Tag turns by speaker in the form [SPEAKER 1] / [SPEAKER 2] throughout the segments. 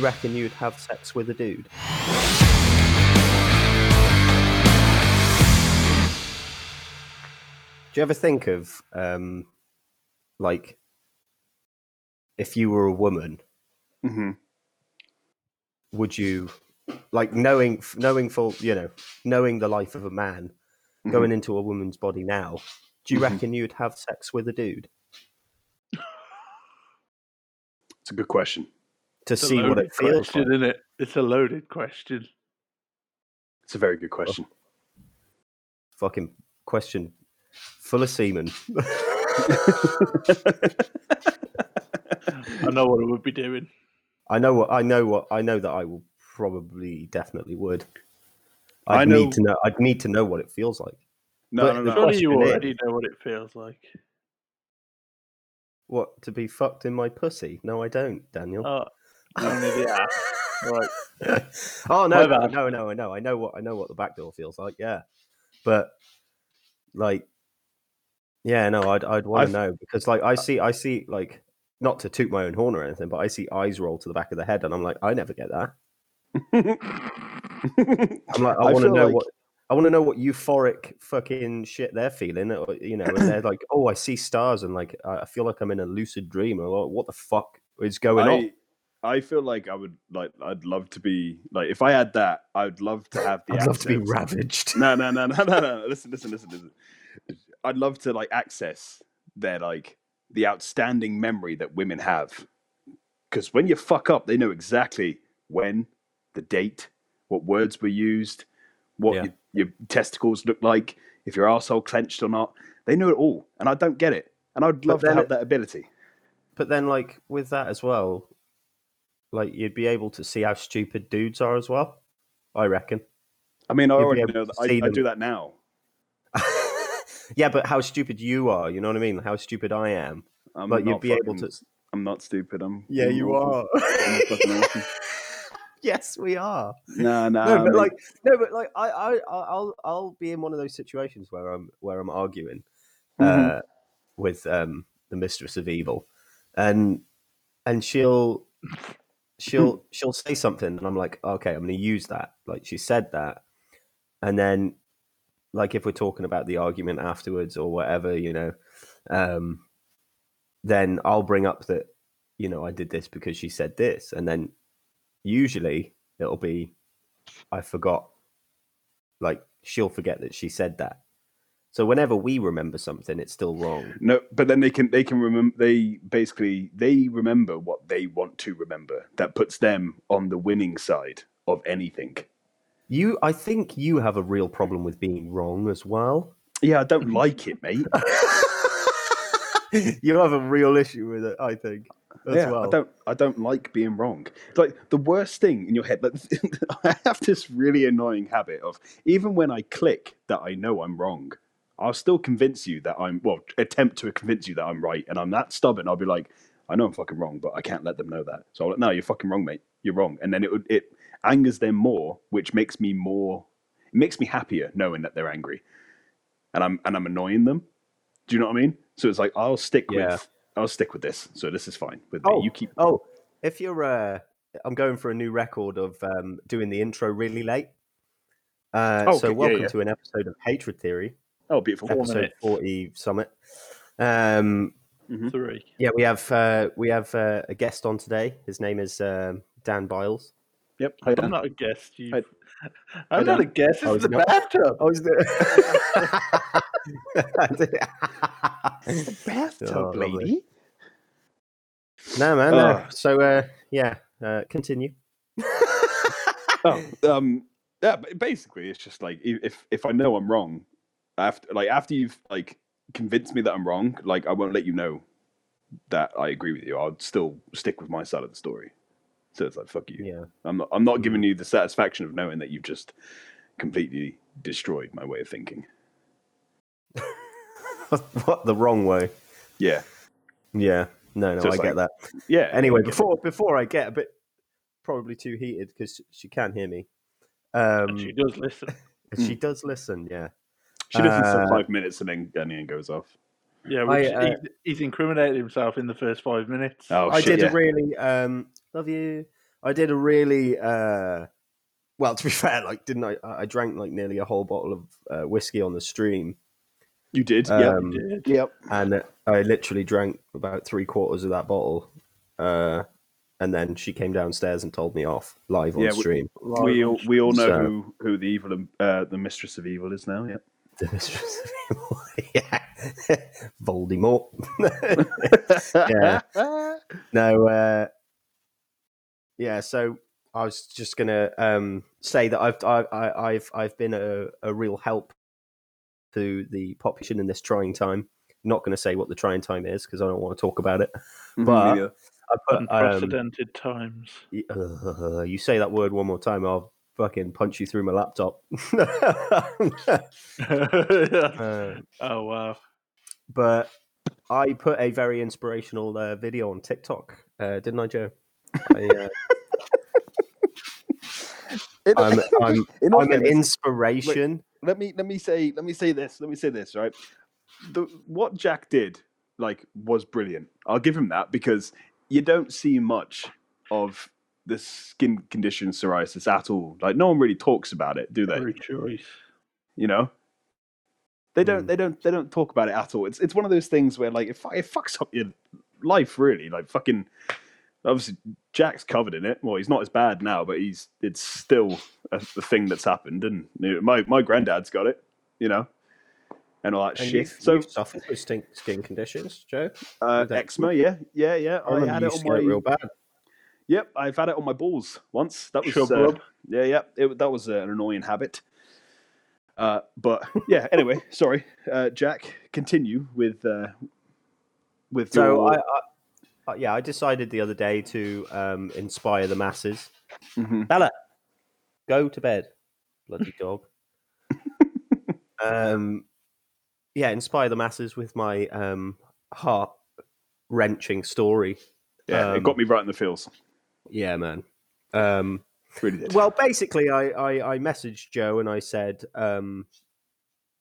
[SPEAKER 1] reckon you'd have sex with a dude? Do you ever think of um, like if you were a woman,
[SPEAKER 2] hmm
[SPEAKER 1] would you like knowing knowing for you know knowing the life of a man going into a woman's body now? Do you
[SPEAKER 2] Mhm.
[SPEAKER 1] reckon you'd have sex with a dude
[SPEAKER 2] It's a good question.
[SPEAKER 1] to
[SPEAKER 3] It's a
[SPEAKER 1] see what
[SPEAKER 3] loaded
[SPEAKER 1] it feels
[SPEAKER 3] question,
[SPEAKER 1] like?
[SPEAKER 3] isn't it? It's a loaded question.
[SPEAKER 2] It's a very good question.
[SPEAKER 1] Fucking question full of semen.
[SPEAKER 3] I know what I would be doing.
[SPEAKER 1] I know what I know what I know that I will probably definitely would.
[SPEAKER 2] I
[SPEAKER 1] I'd
[SPEAKER 2] know-
[SPEAKER 1] need to know. I'd need to know what it feels like.
[SPEAKER 2] No,
[SPEAKER 1] But
[SPEAKER 2] no,
[SPEAKER 1] the
[SPEAKER 2] no.
[SPEAKER 3] Surely you
[SPEAKER 1] question
[SPEAKER 3] already know what it feels like.
[SPEAKER 1] What to be fucked in my pussy? No, I don't, Daniel.
[SPEAKER 3] Oh, only the ass. Right.
[SPEAKER 1] oh no,
[SPEAKER 3] My bad.
[SPEAKER 1] no, no, I know, I know what I know what the back door feels like. Yeah, but like, yeah, no, I'd I'd want
[SPEAKER 2] I've-
[SPEAKER 1] to know because like I see I see like not to toot my own horn or anything, but I see eyes roll to the back of the head, and I'm like, I never get that. I'm like, I,
[SPEAKER 2] I
[SPEAKER 1] want to
[SPEAKER 2] feel
[SPEAKER 1] know
[SPEAKER 2] like-
[SPEAKER 1] what. I want to know what euphoric fucking shit they're feeling, or, you know, and they're like, "Oh, I see stars," and like, I I feel like I'm in a lucid dream, or like, what the fuck is going on?
[SPEAKER 2] I, I feel like I would like I'd love to be like if I had that I'd love to have the
[SPEAKER 1] I'd love to be
[SPEAKER 2] access.
[SPEAKER 1] ravaged.
[SPEAKER 2] No, no, no, no, no, no. Listen, listen, listen, listen. I'd love to like access their like the outstanding memory that women have, because when you fuck up, they know exactly when, the date, what words were used, what
[SPEAKER 1] Yeah.
[SPEAKER 2] your, your testicles look like, if your asshole clenched or not. They know it all, and I don't get it. And I'd love to
[SPEAKER 1] then
[SPEAKER 2] have
[SPEAKER 1] it-
[SPEAKER 2] that ability.
[SPEAKER 1] But then, like with that as well, like you'd be able to see how stupid dudes are as well. I reckon.
[SPEAKER 2] I mean, I
[SPEAKER 1] you'd be
[SPEAKER 2] already
[SPEAKER 1] able
[SPEAKER 2] know
[SPEAKER 1] to
[SPEAKER 2] that. I,
[SPEAKER 1] see
[SPEAKER 2] I
[SPEAKER 1] them.
[SPEAKER 2] do that now.
[SPEAKER 1] yeah, but how stupid you are? You know what I mean? How stupid I am.
[SPEAKER 2] I'm
[SPEAKER 1] But you'd
[SPEAKER 2] not
[SPEAKER 1] be able
[SPEAKER 2] fucking-
[SPEAKER 1] to-
[SPEAKER 2] I'm not stupid. I'm.
[SPEAKER 1] Yeah,
[SPEAKER 2] I'm
[SPEAKER 1] you
[SPEAKER 2] awful. I'm fucking awful.
[SPEAKER 1] Yes, we are.
[SPEAKER 2] Nah, nah.
[SPEAKER 1] no,
[SPEAKER 2] I
[SPEAKER 1] but
[SPEAKER 2] mean-
[SPEAKER 1] like no, but like I, I, I- I'll, I'll be in one of those situations where I'm, where I'm arguing uh,
[SPEAKER 2] Mhm.
[SPEAKER 1] with um, the mistress of evil, and and she'll, she'll, she'll say something, and I'm like, okay, I'm going to use that. Like she said that, and then, like if we're talking about the argument afterwards or whatever, you know, um, then I'll bring up that you know I did this because she said this, and then usually it'll be I forgot. Like she'll forget that she said that. So whenever we remember something, it's still wrong.
[SPEAKER 2] No, but then they can they can remember they basically they remember what they want to remember. That puts them on the winning side of anything.
[SPEAKER 1] You, I think you have a real problem with being wrong as well.
[SPEAKER 2] Yeah, I don't like it, mate.
[SPEAKER 1] you have a real issue with it, I think. As
[SPEAKER 2] yeah,
[SPEAKER 1] well.
[SPEAKER 2] I don't I don't like being wrong. It's Like the worst thing in your head. Like I have this really annoying habit of even when I click that I know I'm wrong, I'll still convince you that I'm well attempt to convince you that I'm right, and I'm that stubborn. I'll be like, I know I'm fucking wrong, but I can't let them know that. So I'm like, no, you're fucking wrong, mate. You're wrong, and then it would it angers them more, which makes me more it makes me happier knowing that they're angry, and I'm and I'm annoying them. Do you know what I mean? So it's like I'll stick
[SPEAKER 1] Yeah.
[SPEAKER 2] with I'll stick with this. So this is fine with me.
[SPEAKER 1] Oh,
[SPEAKER 2] you keep
[SPEAKER 1] oh, if you're, uh, I'm going for a new record of um, doing the intro really late. Uh,
[SPEAKER 2] Oh, Okay,
[SPEAKER 1] so
[SPEAKER 2] yeah,
[SPEAKER 1] welcome
[SPEAKER 2] yeah.
[SPEAKER 1] to an episode of Hatred Theory,
[SPEAKER 2] oh beautiful.
[SPEAKER 3] Four
[SPEAKER 1] episode
[SPEAKER 3] minutes.
[SPEAKER 1] forty summit. Um,
[SPEAKER 3] Three.
[SPEAKER 1] Yeah, we have uh, we have uh, a guest on today. His name is um, Dan Biles.
[SPEAKER 2] Yep.
[SPEAKER 3] I'm not a guest. You.
[SPEAKER 2] Hey.
[SPEAKER 3] I'm
[SPEAKER 2] Hey,
[SPEAKER 3] not a guest.
[SPEAKER 1] Oh,
[SPEAKER 3] It's the
[SPEAKER 1] no.
[SPEAKER 3] bathtub.
[SPEAKER 1] Oh, is there? Oh,
[SPEAKER 2] bathtub
[SPEAKER 1] lovely. no, man. no.
[SPEAKER 2] Ah.
[SPEAKER 1] So, uh, yeah, uh, continue.
[SPEAKER 2] Oh, um, yeah. But basically, it's just like i- if if I know I'm wrong, after like after you've like convinced me that I'm wrong, like I won't let you know that I agree with you. I'll still stick with my side of the story. So it's like fuck you.
[SPEAKER 1] Yeah,
[SPEAKER 2] I'm not, I'm not giving you the satisfaction of knowing that you've just completely destroyed my way of thinking.
[SPEAKER 1] what the wrong way?
[SPEAKER 2] Yeah.
[SPEAKER 1] Yeah, no, no,
[SPEAKER 2] So
[SPEAKER 1] I
[SPEAKER 2] it's
[SPEAKER 1] get that.
[SPEAKER 2] Yeah.
[SPEAKER 1] Anyway, before before I get a bit probably too heated because she can hear me. Um,
[SPEAKER 3] And she does listen.
[SPEAKER 1] and she does listen. Yeah.
[SPEAKER 2] she listens
[SPEAKER 1] uh,
[SPEAKER 2] for five minutes and then and then goes off.
[SPEAKER 3] Yeah,
[SPEAKER 1] I,
[SPEAKER 3] which
[SPEAKER 1] uh,
[SPEAKER 3] he's, he's incriminated himself in the first five minutes.
[SPEAKER 2] Oh
[SPEAKER 1] I
[SPEAKER 2] shit!
[SPEAKER 1] did
[SPEAKER 2] yeah.
[SPEAKER 1] a really um, love you. I did a really uh, well. To be fair, like didn't I? I I drank like nearly a whole bottle of uh, whiskey on the stream,
[SPEAKER 2] You did,
[SPEAKER 1] Um,
[SPEAKER 3] Did.
[SPEAKER 2] yeah, yep.
[SPEAKER 1] and I literally drank about three quarters of that bottle. Uh, and then she came downstairs and told me off live on
[SPEAKER 2] Yeah, we-
[SPEAKER 1] stream.
[SPEAKER 2] We all, we all know
[SPEAKER 1] So-
[SPEAKER 2] who, who the evil and uh, the mistress of evil is now. Yeah,
[SPEAKER 1] The mistress of evil. yeah, Voldemort. Yeah. no, uh, yeah. So I was just gonna um, say that I've I, I, I've I've been a, a real help to the population in this trying time. Not going to say what the trying time is because I don't want to talk about it. But-
[SPEAKER 2] Yeah.
[SPEAKER 1] I put um,
[SPEAKER 3] Unprecedented times.
[SPEAKER 1] Y- uh, you say that word one more time, I'll fucking punch you through my laptop. Uh,
[SPEAKER 3] oh wow!
[SPEAKER 1] but I put a very inspirational uh, video on TikTok, uh, didn't I, Joe?
[SPEAKER 2] Oh,
[SPEAKER 1] I, uh,
[SPEAKER 2] In-
[SPEAKER 1] I'm, I'm,
[SPEAKER 2] in all
[SPEAKER 1] I'm an
[SPEAKER 2] fairness,
[SPEAKER 1] inspiration.
[SPEAKER 2] let me let me say let me say this let me say this right the, what jack did like was brilliant i'll give him that because you don't see much of the skin condition psoriasis at all like no one really talks about it do they
[SPEAKER 3] Every choice.
[SPEAKER 2] you know they don't
[SPEAKER 1] Mm.
[SPEAKER 2] they don't they don't talk about it at all it's it's one of those things where like it, fu- it fucks up your life really like fucking obviously jack's covered in it well he's not as bad now but he's it's still a, a thing that's happened and you know, my my granddad's got it you know and all that
[SPEAKER 1] And
[SPEAKER 2] shit
[SPEAKER 1] you've,
[SPEAKER 2] so
[SPEAKER 1] you've suffered with stink, skin conditions, Joe.
[SPEAKER 2] uh,
[SPEAKER 1] you've had-
[SPEAKER 2] eczema yeah yeah yeah
[SPEAKER 1] I
[SPEAKER 2] i, had
[SPEAKER 1] remember you
[SPEAKER 2] it on
[SPEAKER 1] used to
[SPEAKER 2] my
[SPEAKER 1] get it real bad.
[SPEAKER 2] yep i've had it on my balls once that was
[SPEAKER 3] Chub
[SPEAKER 2] uh,
[SPEAKER 3] rub.
[SPEAKER 2] yeah yeah it, that was uh, an annoying habit uh, but yeah anyway sorry uh, jack continue with uh, with
[SPEAKER 1] So I,
[SPEAKER 2] your,
[SPEAKER 1] I, I, yeah, I decided the other day to um, inspire the masses.
[SPEAKER 2] Mhm.
[SPEAKER 1] go to bed, bloody dog. um, yeah, inspire the masses with my um, heart wrenching story.
[SPEAKER 2] yeah
[SPEAKER 1] um,
[SPEAKER 2] it got me right in the feels
[SPEAKER 1] Yeah, man. Um,
[SPEAKER 2] really did
[SPEAKER 1] well, basically, I, I I messaged Joe and I said, um,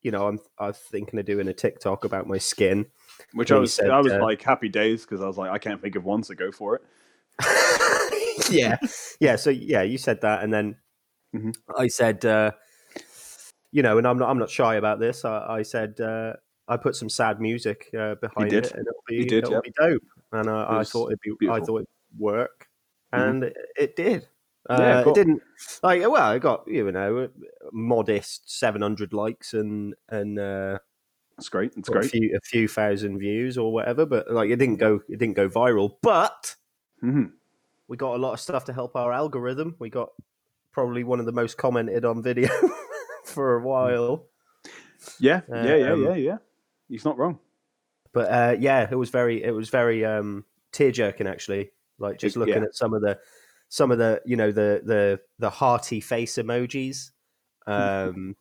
[SPEAKER 1] you know, I'm I'm thinking of doing a TikTok about my skin.
[SPEAKER 2] which
[SPEAKER 1] when
[SPEAKER 2] i
[SPEAKER 1] you
[SPEAKER 2] was
[SPEAKER 1] said,
[SPEAKER 2] i was
[SPEAKER 1] uh,
[SPEAKER 2] like happy days because i was like i can't think of one so go for it
[SPEAKER 1] yeah, yeah. So yeah, you said that, and then
[SPEAKER 2] Mhm.
[SPEAKER 1] I said, uh, you know, and I'm not, I'm not shy about this. I, I said, uh, I put some sad music uh, behind
[SPEAKER 2] did.
[SPEAKER 1] it, and it'll be,
[SPEAKER 2] You did,
[SPEAKER 1] it'll
[SPEAKER 2] yep.
[SPEAKER 1] be dope. And I, I
[SPEAKER 2] was
[SPEAKER 1] thought it'd be, I
[SPEAKER 2] beautiful.
[SPEAKER 1] thought it'd work,
[SPEAKER 2] Mhm.
[SPEAKER 1] and it, it did.
[SPEAKER 2] Yeah,
[SPEAKER 1] Uh,
[SPEAKER 2] cool.
[SPEAKER 1] It didn't like well. I got you know modest seven hundred likes and and uh,
[SPEAKER 2] it's great it's
[SPEAKER 1] got a
[SPEAKER 2] great
[SPEAKER 1] few a few thousand views or whatever. But like it didn't go it didn't go viral. But
[SPEAKER 2] hmm
[SPEAKER 1] we got a lot of stuff to help our algorithm. We got probably one of the most commented on video for a while.
[SPEAKER 2] yeah
[SPEAKER 1] Uh,
[SPEAKER 2] yeah yeah
[SPEAKER 1] um,
[SPEAKER 2] yeah yeah he's not wrong
[SPEAKER 1] But uh, yeah, it was very it was very um, tear jerking actually. Like just
[SPEAKER 2] Yeah.
[SPEAKER 1] looking at some of the some of the you know the the the hearty face emojis, um,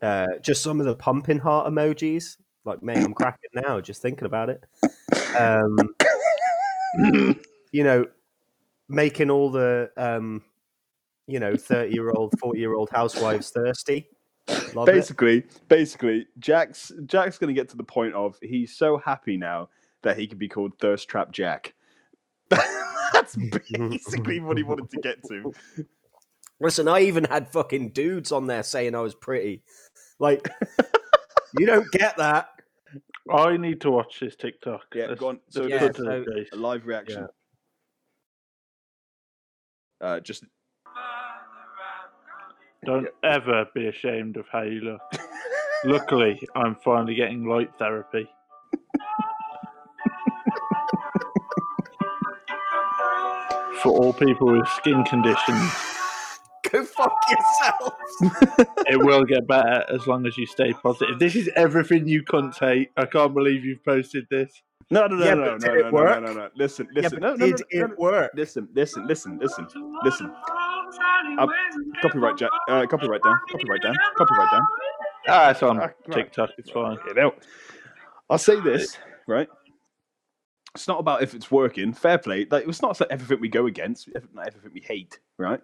[SPEAKER 1] uh, just some of the pumping heart emojis. Like mate, I'm cracking now just thinking about it. Um, you know, making all the um, you know, thirty year old, forty year old housewives thirsty. Love it.
[SPEAKER 2] basically basically jack's jack's gonna get to the point of he's so happy now that he could be called thirst trap jack that's basically what he wanted to get to
[SPEAKER 1] Listen, I even had fucking dudes on there saying I was pretty. Like, you don't get that.
[SPEAKER 3] I need to watch this TikTok.
[SPEAKER 2] Yeah,
[SPEAKER 3] Let's-
[SPEAKER 2] go on. So
[SPEAKER 3] let's
[SPEAKER 1] yeah,
[SPEAKER 3] go to the
[SPEAKER 1] so-
[SPEAKER 3] date.
[SPEAKER 2] a live reaction uh just
[SPEAKER 3] Don't ever be ashamed of how you look. Luckily, I'm finally getting light therapy. For all people with skin conditions,
[SPEAKER 1] Go fuck yourself.
[SPEAKER 3] it will get better as long as you stay positive. This is everything you cunts hate. I can't believe you've posted this.
[SPEAKER 2] no no no
[SPEAKER 1] Yeah,
[SPEAKER 2] no no
[SPEAKER 1] but did
[SPEAKER 2] no
[SPEAKER 1] it
[SPEAKER 2] no, no
[SPEAKER 1] work?
[SPEAKER 2] no no listen
[SPEAKER 1] yeah, but
[SPEAKER 2] listen no, no, no,
[SPEAKER 1] did
[SPEAKER 2] no, no,
[SPEAKER 1] it work?
[SPEAKER 2] listen listen listen listen listen Up. copyright jack uh copyright down copyright down copyright down
[SPEAKER 3] Ah, it's on
[SPEAKER 2] Ah, right.
[SPEAKER 3] TikTok. It's fine.
[SPEAKER 2] Fucking hell. I'll say this, right? It's not about if it's working. Fair play. Like, it's not like everything we go against, ev- not everything we hate, right?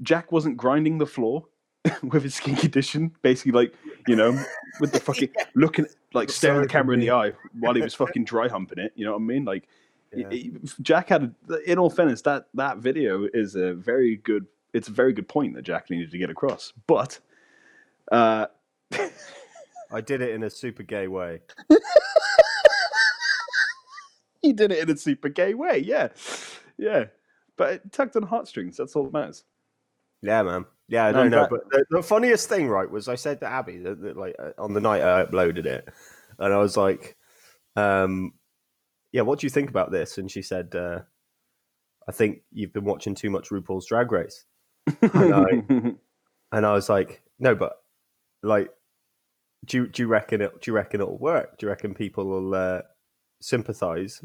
[SPEAKER 2] Jack wasn't grinding the floor with his skin condition, basically, like, you know, with the fucking looking, like,
[SPEAKER 1] Look
[SPEAKER 2] staring
[SPEAKER 1] sorry
[SPEAKER 2] the
[SPEAKER 1] for
[SPEAKER 2] camera in the eye while he was fucking dry humping it. You know what I mean? Like,
[SPEAKER 1] Yeah.
[SPEAKER 2] Jack had, a, in all fairness, that that video is a very good. It's a very good point that Jack needed to get across, but uh,
[SPEAKER 1] I did it in a super gay way.
[SPEAKER 2] he did it in a super gay way. Yeah, yeah, but it tugged on heartstrings. That's all that matters.
[SPEAKER 1] Yeah, man. Yeah, I
[SPEAKER 2] No,
[SPEAKER 1] don't know.
[SPEAKER 2] that-
[SPEAKER 1] But the, the funniest thing, right, was I said to Abby that, that like uh, on the night I uploaded it, and I was like, um, "Yeah, what do you think about this?" And she said, uh, "I think you've been watching too much RuPaul's Drag Race." And I, and I was like, "No, but like, do you, do you reckon it? Do you reckon it'll work? Do you reckon people will uh, sympathize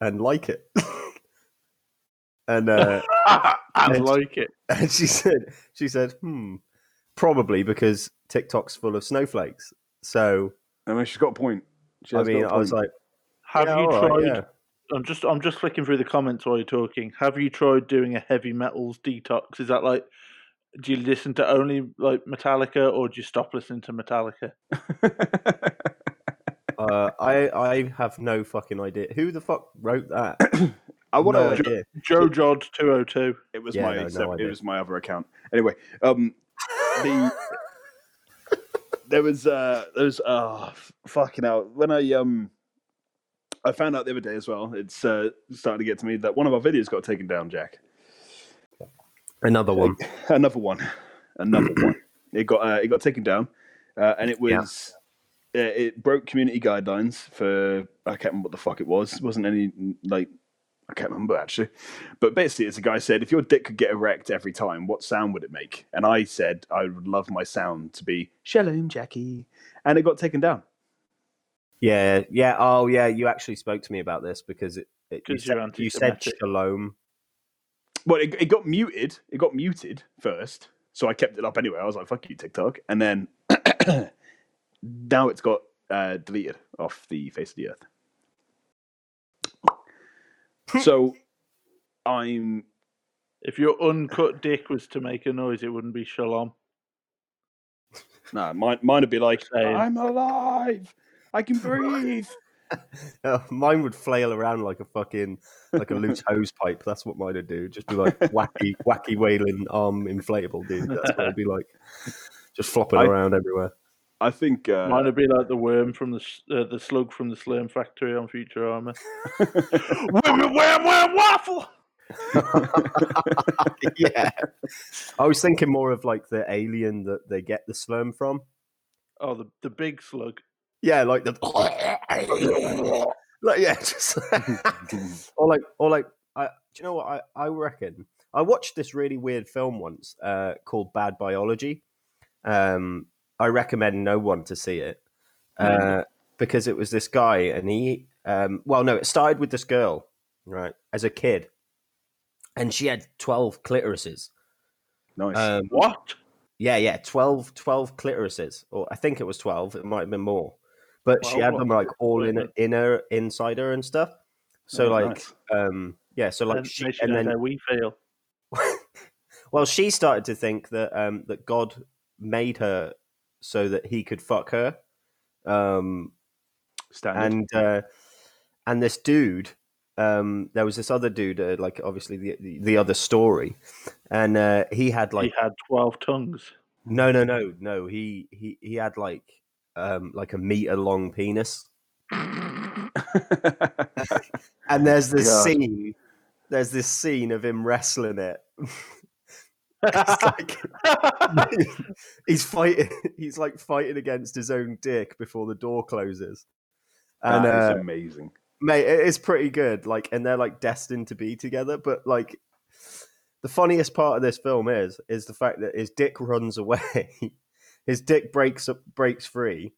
[SPEAKER 1] and like it?" and uh,
[SPEAKER 3] I
[SPEAKER 1] Yes.
[SPEAKER 3] like it.
[SPEAKER 1] and she said, she said, hmm, probably because TikTok's full of snowflakes. So
[SPEAKER 2] I mean, she's got a point. She
[SPEAKER 1] I
[SPEAKER 2] has got
[SPEAKER 1] mean,
[SPEAKER 2] a
[SPEAKER 1] I was
[SPEAKER 2] point.
[SPEAKER 1] like,
[SPEAKER 3] Have
[SPEAKER 1] yeah,
[SPEAKER 3] you
[SPEAKER 1] all right,
[SPEAKER 3] tried?
[SPEAKER 1] yeah.
[SPEAKER 3] I'm just I'm just flicking through the comments while you're talking. Have you tried doing a heavy metals detox? Is that like do you listen to only like Metallica or do you stop listening to Metallica?
[SPEAKER 1] Uh, I I have no fucking idea who the fuck wrote that.
[SPEAKER 2] I want
[SPEAKER 1] no
[SPEAKER 2] to.
[SPEAKER 1] idea.
[SPEAKER 3] Joe Jod 202.
[SPEAKER 2] It was
[SPEAKER 1] Yeah,
[SPEAKER 2] my.
[SPEAKER 1] no, no
[SPEAKER 2] sep- it
[SPEAKER 1] idea.
[SPEAKER 2] was my other account. Anyway, um, the there was uh there was oh f- fucking out when I um I found out the other day as well. It's uh starting to get to me that one of our videos got taken down, Jack.
[SPEAKER 1] Another one.
[SPEAKER 2] Another one, another one. It got uh, it got taken down, uh, and it
[SPEAKER 1] Yeah.
[SPEAKER 2] was. uh, It broke community guidelines for I can't remember what the fuck it was. It wasn't any like I can't remember actually, but basically, it's a guy said, if your dick could get erect every time, what sound would it make? And I said, I would love my sound to be Shalom Jackie, and it got taken down.
[SPEAKER 1] Yeah, yeah. Oh, yeah. You actually spoke to me about this because it. it you,
[SPEAKER 3] 'Cause you're
[SPEAKER 1] said, you said
[SPEAKER 3] anti-Semitic.
[SPEAKER 1] shalom.
[SPEAKER 2] Well, it, it got muted. It got muted first, so I kept it up anyway. I was like, "Fuck you, TikTok," and then now it's got uh, deleted off the face of the earth. so I'm
[SPEAKER 3] If your uncut dick was to make a noise, it wouldn't be shalom.
[SPEAKER 2] nah, mine. Mine would be like, uh,
[SPEAKER 3] Same.
[SPEAKER 2] "I'm alive. I can breathe."
[SPEAKER 1] mine would flail around like a fucking like a loose hose pipe. That's what mine would do. Just be like wacky, wacky wailing arm inflatable dude. That's what it'd be like. Just flopping
[SPEAKER 2] I-
[SPEAKER 1] around everywhere.
[SPEAKER 2] I think uh,
[SPEAKER 3] Mine would be like the worm from the s- uh, the slug from the Slurm Factory on Futurama. Wham, wham, wham, waffle.
[SPEAKER 1] yeah. I was thinking more of like the alien that they get the slurm from.
[SPEAKER 3] Oh, the, the big slug.
[SPEAKER 1] Yeah, like the like yeah, just or like or like I do you know what I, I reckon I watched this really weird film once uh called Bad Biology. Um I recommend no one to see it.
[SPEAKER 2] Hmm.
[SPEAKER 1] Uh because it was this guy and he um well no, it started with this girl, right, as a kid. And she had twelve clitorises.
[SPEAKER 2] nice.
[SPEAKER 1] Um
[SPEAKER 3] What?
[SPEAKER 1] yeah, yeah, 12, 12 clitorises, or I think it was twelve. It might have been more, but she
[SPEAKER 3] 12,
[SPEAKER 1] had
[SPEAKER 3] what?
[SPEAKER 1] them like all in
[SPEAKER 3] Brilliant.
[SPEAKER 1] in her inside her and stuff. So
[SPEAKER 2] Oh,
[SPEAKER 1] like,
[SPEAKER 2] nice.
[SPEAKER 1] um, yeah, so like, she, and
[SPEAKER 3] then
[SPEAKER 1] then
[SPEAKER 3] we feel.
[SPEAKER 1] well, she started to think that um that God made her so that he could fuck her, um,
[SPEAKER 2] standard.
[SPEAKER 1] and uh, and this dude. Um, there was this other dude, uh, like obviously the, the the other story, and uh, he had like
[SPEAKER 3] he had twelve tongues.
[SPEAKER 1] No, no, no, no. He he he had like um like a meter long penis. and there's this
[SPEAKER 2] God.
[SPEAKER 1] scene. There's this scene of him wrestling it. It's like he's fighting. He's like fighting against his own dick before the door closes. And
[SPEAKER 2] That
[SPEAKER 1] uh,
[SPEAKER 2] is amazing.
[SPEAKER 1] mate, it is pretty good. Like, and they're like destined to be together. But like, the funniest part of this film is is the fact that his dick runs away. his dick breaks up, breaks free,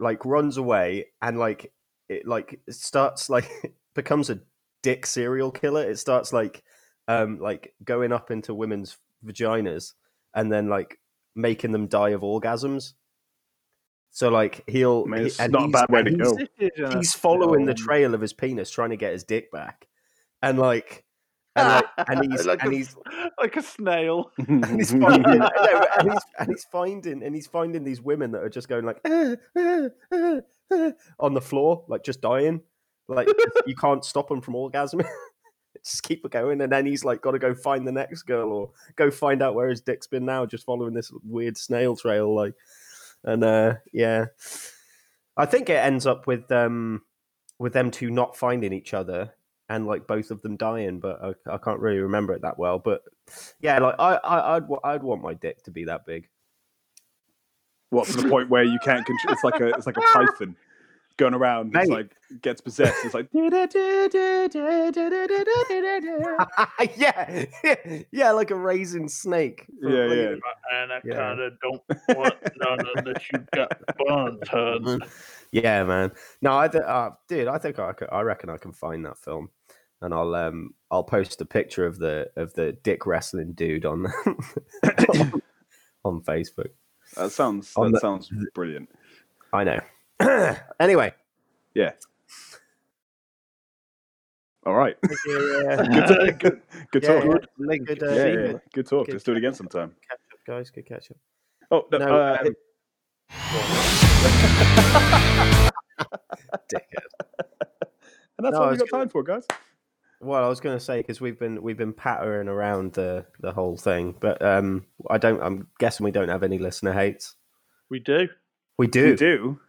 [SPEAKER 1] like runs away, and like it like starts like becomes a dick serial killer. It starts like um like going up into women's vaginas and then like making them die of orgasms. So like he'll
[SPEAKER 2] I mean,
[SPEAKER 1] he-
[SPEAKER 2] it's
[SPEAKER 1] and
[SPEAKER 2] not a
[SPEAKER 1] he's-
[SPEAKER 2] bad way
[SPEAKER 1] and
[SPEAKER 2] to
[SPEAKER 1] he's-
[SPEAKER 2] go.
[SPEAKER 1] he's following the
[SPEAKER 3] um,
[SPEAKER 1] trail of his penis, trying to get his dick back, and like, and like, and he's
[SPEAKER 3] Like
[SPEAKER 1] and
[SPEAKER 3] a-
[SPEAKER 1] he's
[SPEAKER 3] like a snail.
[SPEAKER 1] and he's finding, no, and he's and he's finding and he's finding "Uh, these women that are just going like "Ah, ah, ah, ah," on the floor, like just dying, Like you can't stop him from orgasming. just keep it going, and then he's like got to go find the next girl or go find out where his dick's been now, just following this weird snail trail. Like, and uh, yeah, I think it ends up with um with them two not finding each other and like both of them dying. But I, I can't really remember it that well. But yeah, like I, I I'd wa- I'd want my dick to be that big.
[SPEAKER 2] What to the point where you can't control? It's like a it's like a python going around. It's
[SPEAKER 1] Mate.
[SPEAKER 2] like gets possessed. It's like
[SPEAKER 1] yeah, yeah, like a raisin snake. from
[SPEAKER 2] Yeah,
[SPEAKER 1] Lady
[SPEAKER 2] yeah.
[SPEAKER 3] And I
[SPEAKER 1] Yeah.
[SPEAKER 3] kind of don't want none of that you got burn turd.
[SPEAKER 1] Yeah, man. No, I th- uh, dude, I think I, c- I reckon I can find that film, and I'll um I'll post a picture of the of the dick wrestling dude on on Facebook.
[SPEAKER 2] that sounds
[SPEAKER 1] On
[SPEAKER 2] that
[SPEAKER 1] the-
[SPEAKER 2] sounds brilliant.
[SPEAKER 1] I know. anyway,
[SPEAKER 2] All right,
[SPEAKER 3] Good
[SPEAKER 2] good, good, good
[SPEAKER 1] yeah,
[SPEAKER 2] talk.
[SPEAKER 1] yeah,
[SPEAKER 2] Good,
[SPEAKER 1] Link, good, uh,
[SPEAKER 2] yeah,
[SPEAKER 1] feedback.
[SPEAKER 2] yeah, good talk.
[SPEAKER 1] Good
[SPEAKER 2] Let's do it again sometime.
[SPEAKER 1] Catch up, guys. Good catch up.
[SPEAKER 2] Oh no,
[SPEAKER 1] No,
[SPEAKER 2] uh,
[SPEAKER 1] um,
[SPEAKER 2] and that's
[SPEAKER 1] no, I
[SPEAKER 2] all we
[SPEAKER 1] was
[SPEAKER 2] got
[SPEAKER 1] gonna-
[SPEAKER 2] time for, guys.
[SPEAKER 1] Well, I was going to say because we've been we've been pattering around the the whole thing, but um, I don't. I'm guessing we don't have any listener hates.
[SPEAKER 3] We do.
[SPEAKER 1] We do.
[SPEAKER 2] We do.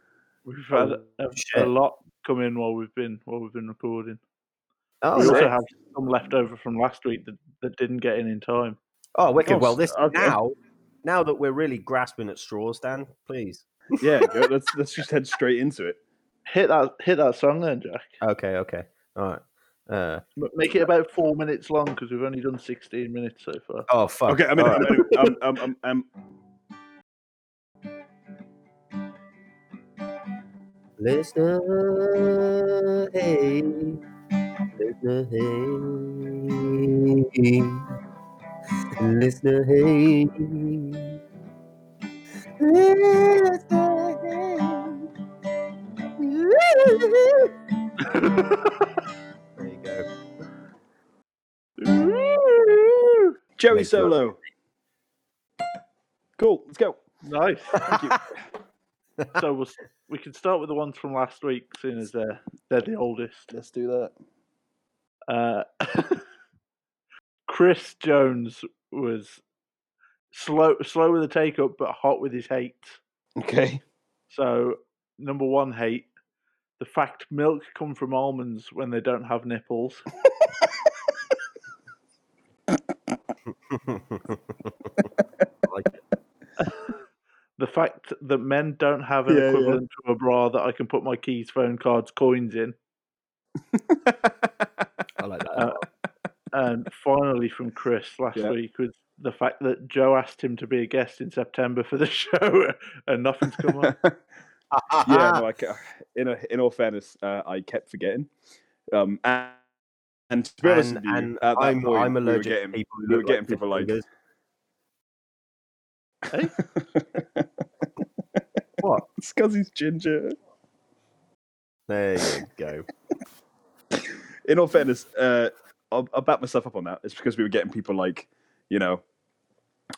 [SPEAKER 3] We've had a, a
[SPEAKER 1] Oh, shit.
[SPEAKER 3] lot come in while we've been while we've been recording.
[SPEAKER 1] Oh,
[SPEAKER 3] we
[SPEAKER 1] nice.
[SPEAKER 3] also have some left over from last week that, that didn't get in in time.
[SPEAKER 1] oh, wicked.
[SPEAKER 2] Oh,
[SPEAKER 1] well, this
[SPEAKER 2] okay.
[SPEAKER 1] now now that we're really grasping at straws, Dan, please.
[SPEAKER 2] Yeah, go- let's let's just head straight into it.
[SPEAKER 3] Hit that hit that song then, Jack.
[SPEAKER 1] Okay, okay, all right. Uh,
[SPEAKER 3] M- Make it about four minutes long because we've only done sixteen minutes so far.
[SPEAKER 1] oh fuck.
[SPEAKER 2] Okay, I mean,
[SPEAKER 1] All
[SPEAKER 2] I
[SPEAKER 1] right.
[SPEAKER 2] mean, um, um, um, um,
[SPEAKER 1] listener hate, listener hate, listener hate, listener hate. There you go.
[SPEAKER 2] Joey
[SPEAKER 1] Makes sense.
[SPEAKER 2] Solo. Cool. Let's go.
[SPEAKER 3] Nice.
[SPEAKER 2] Thank you.
[SPEAKER 3] so we'll, s- we can start with the ones from last week, seeing as they're they're the oldest.
[SPEAKER 2] let's do that.
[SPEAKER 3] Uh, Chris Jones was slow slow with the take up, but hot with his hate.
[SPEAKER 2] Okay.
[SPEAKER 3] So number one hate: the fact milk come from almonds when they don't have nipples.
[SPEAKER 1] like it.
[SPEAKER 3] The fact that men don't have an
[SPEAKER 2] Yeah, yeah.
[SPEAKER 3] equivalent to a bra that I can put my keys, phone cards, coins in.
[SPEAKER 1] I like that.
[SPEAKER 3] Uh, And finally, from Chris last
[SPEAKER 2] Yeah.
[SPEAKER 3] week was the fact that Joe asked him to be a guest in September for the show, and nothing's come up.
[SPEAKER 2] yeah, no, I, ca- in a, in all fairness, uh, I kept forgetting. Um, and, and to be honest
[SPEAKER 1] and,
[SPEAKER 2] with you,
[SPEAKER 1] and
[SPEAKER 2] at that
[SPEAKER 1] I'm,
[SPEAKER 2] point,
[SPEAKER 1] I'm allergic
[SPEAKER 2] we were getting,
[SPEAKER 1] to people. who
[SPEAKER 2] we were
[SPEAKER 1] look
[SPEAKER 2] getting people like,
[SPEAKER 1] fingers.
[SPEAKER 2] it's because he's ginger.
[SPEAKER 1] There you go.
[SPEAKER 2] In all fairness, uh, I'll, I'll back myself up on that. It's because we were getting people like, you know,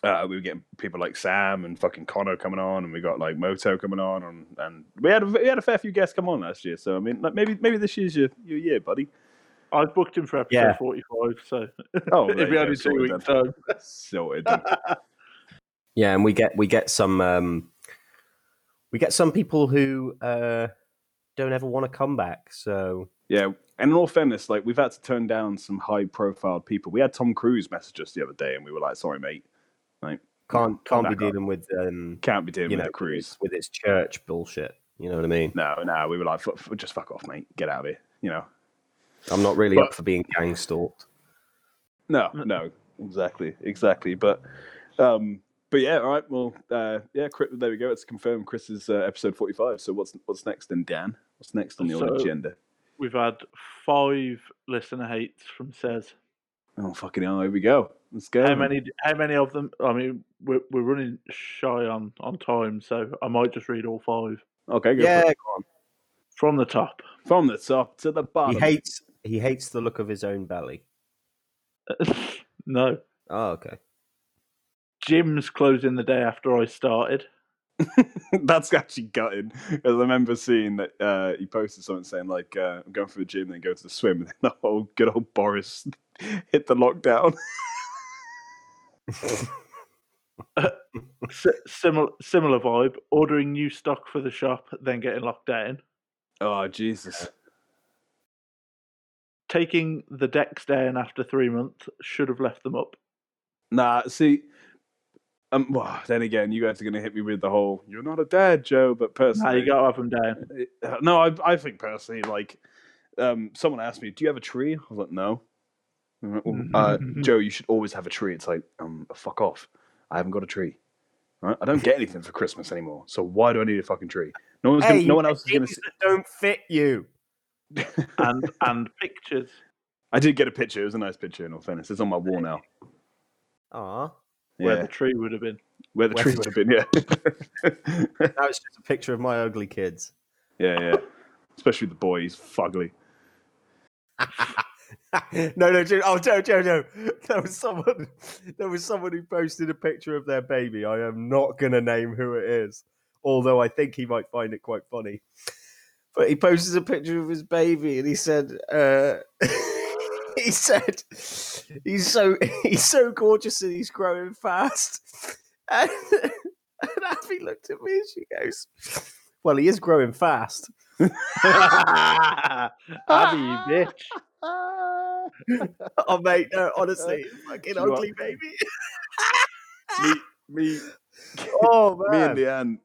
[SPEAKER 2] uh, we were getting people like Sam and fucking Connor coming on, and we got like Moto coming on, and, and we had a, we had a fair few guests come on last year. So I mean, like, maybe maybe this year's your, your year, buddy.
[SPEAKER 3] I've booked him for episode
[SPEAKER 1] Yeah.
[SPEAKER 3] 45, so
[SPEAKER 2] Oh, there
[SPEAKER 3] it'd
[SPEAKER 2] you
[SPEAKER 3] be
[SPEAKER 2] go,
[SPEAKER 3] only two
[SPEAKER 2] sorted
[SPEAKER 3] weeks'
[SPEAKER 2] then.
[SPEAKER 3] time.
[SPEAKER 2] Sorted then.
[SPEAKER 1] Yeah, and we get we get some um, we get some people who uh, don't ever want to come back. So
[SPEAKER 2] Yeah, and in all fairness, like we've had to turn down some high-profile people. We had Tom Cruise message us the other day, and we were like, "Sorry, mate,
[SPEAKER 1] can't can't be
[SPEAKER 2] Back up.
[SPEAKER 1] dealing with um,
[SPEAKER 2] can't be dealing
[SPEAKER 1] you
[SPEAKER 2] with
[SPEAKER 1] know
[SPEAKER 2] the Cruise."
[SPEAKER 1] with its church bullshit. You know what I mean?
[SPEAKER 2] No, no, we were like, "F- f- "Just fuck off, mate, get out of here." You know?
[SPEAKER 1] I'm not really
[SPEAKER 2] But-
[SPEAKER 1] up for being gang stalked.
[SPEAKER 2] No,
[SPEAKER 3] Mm.
[SPEAKER 2] no, exactly, exactly. But, um, but yeah, all right. Well, uh, yeah, Chris, there we go. It's confirmed. Chris's uh, episode forty-five. So what's what's next then, Dan? What's next on the old
[SPEAKER 3] So-
[SPEAKER 2] agenda?
[SPEAKER 3] We've had five listener hates from Says.
[SPEAKER 2] Oh fucking hell! Here we go. Let's go.
[SPEAKER 3] How many? How many of them? I mean, we're, we're running shy on on time, so I might just read all five
[SPEAKER 2] Okay, go
[SPEAKER 1] Yeah,
[SPEAKER 2] for it.
[SPEAKER 3] from the top.
[SPEAKER 2] From the top to the bottom.
[SPEAKER 1] he hates he hates the look of his own belly.
[SPEAKER 3] no,
[SPEAKER 1] Oh, okay.
[SPEAKER 3] Jim's closing the day after I started.
[SPEAKER 2] That's actually gutting. 'Cause I remember seeing that uh, he posted something saying like, uh, "I'm going for the gym, then go to the swim," and then the whole good old Boris hit the lockdown.
[SPEAKER 3] S- similar similar vibe. Ordering new stock for the shop, then getting locked down.
[SPEAKER 2] oh Jesus!
[SPEAKER 3] Taking the decks down after three months should have left them up.
[SPEAKER 2] Nah, see, um, well, then again, you guys are going to hit me with the whole "you're not a dad, Joe," but
[SPEAKER 3] Now
[SPEAKER 2] personally,
[SPEAKER 3] you got to have them down.
[SPEAKER 2] Uh, no, I, I think personally, like, um, someone asked me, "Do you have a tree?" I was like, "No." And I went, "Well, Uh, Joe, you should always have a tree. It's like, um, fuck off. I haven't got a tree. Right? I don't get anything for Christmas anymore. So why do I need a fucking tree? No one's gonna,
[SPEAKER 1] you
[SPEAKER 2] no one
[SPEAKER 1] get
[SPEAKER 2] else is gonna.
[SPEAKER 1] things
[SPEAKER 2] See.
[SPEAKER 1] that don't fit you.
[SPEAKER 3] and and pictures.
[SPEAKER 2] I did get a picture. It was a nice picture. In all fairness, it's on my wall now.
[SPEAKER 1] Ah,
[SPEAKER 2] Yeah,
[SPEAKER 3] where the tree would have been.
[SPEAKER 2] where the
[SPEAKER 1] where
[SPEAKER 2] tree
[SPEAKER 1] the
[SPEAKER 2] would have been. Yeah,
[SPEAKER 1] now it's just a picture of my ugly kids.
[SPEAKER 2] yeah, yeah. Especially the boy. He's fugly.
[SPEAKER 1] no, no, Joe, oh, Joe, Joe, no. There was someone, there was someone who posted a picture of their baby. I am not going to name who it is, although I think he might find it quite funny. But he posted a picture of his baby, and he said, uh, he said, he's so he's so gorgeous and he's growing fast. And, and Abby looked at me, and she goes, "Well, he is growing fast."
[SPEAKER 3] Abby, you bitch.
[SPEAKER 1] Oh mate, no, honestly, it's fucking
[SPEAKER 2] You are-
[SPEAKER 1] ugly baby.
[SPEAKER 2] me, me,
[SPEAKER 1] Oh
[SPEAKER 2] me
[SPEAKER 1] man,
[SPEAKER 2] and Leanne.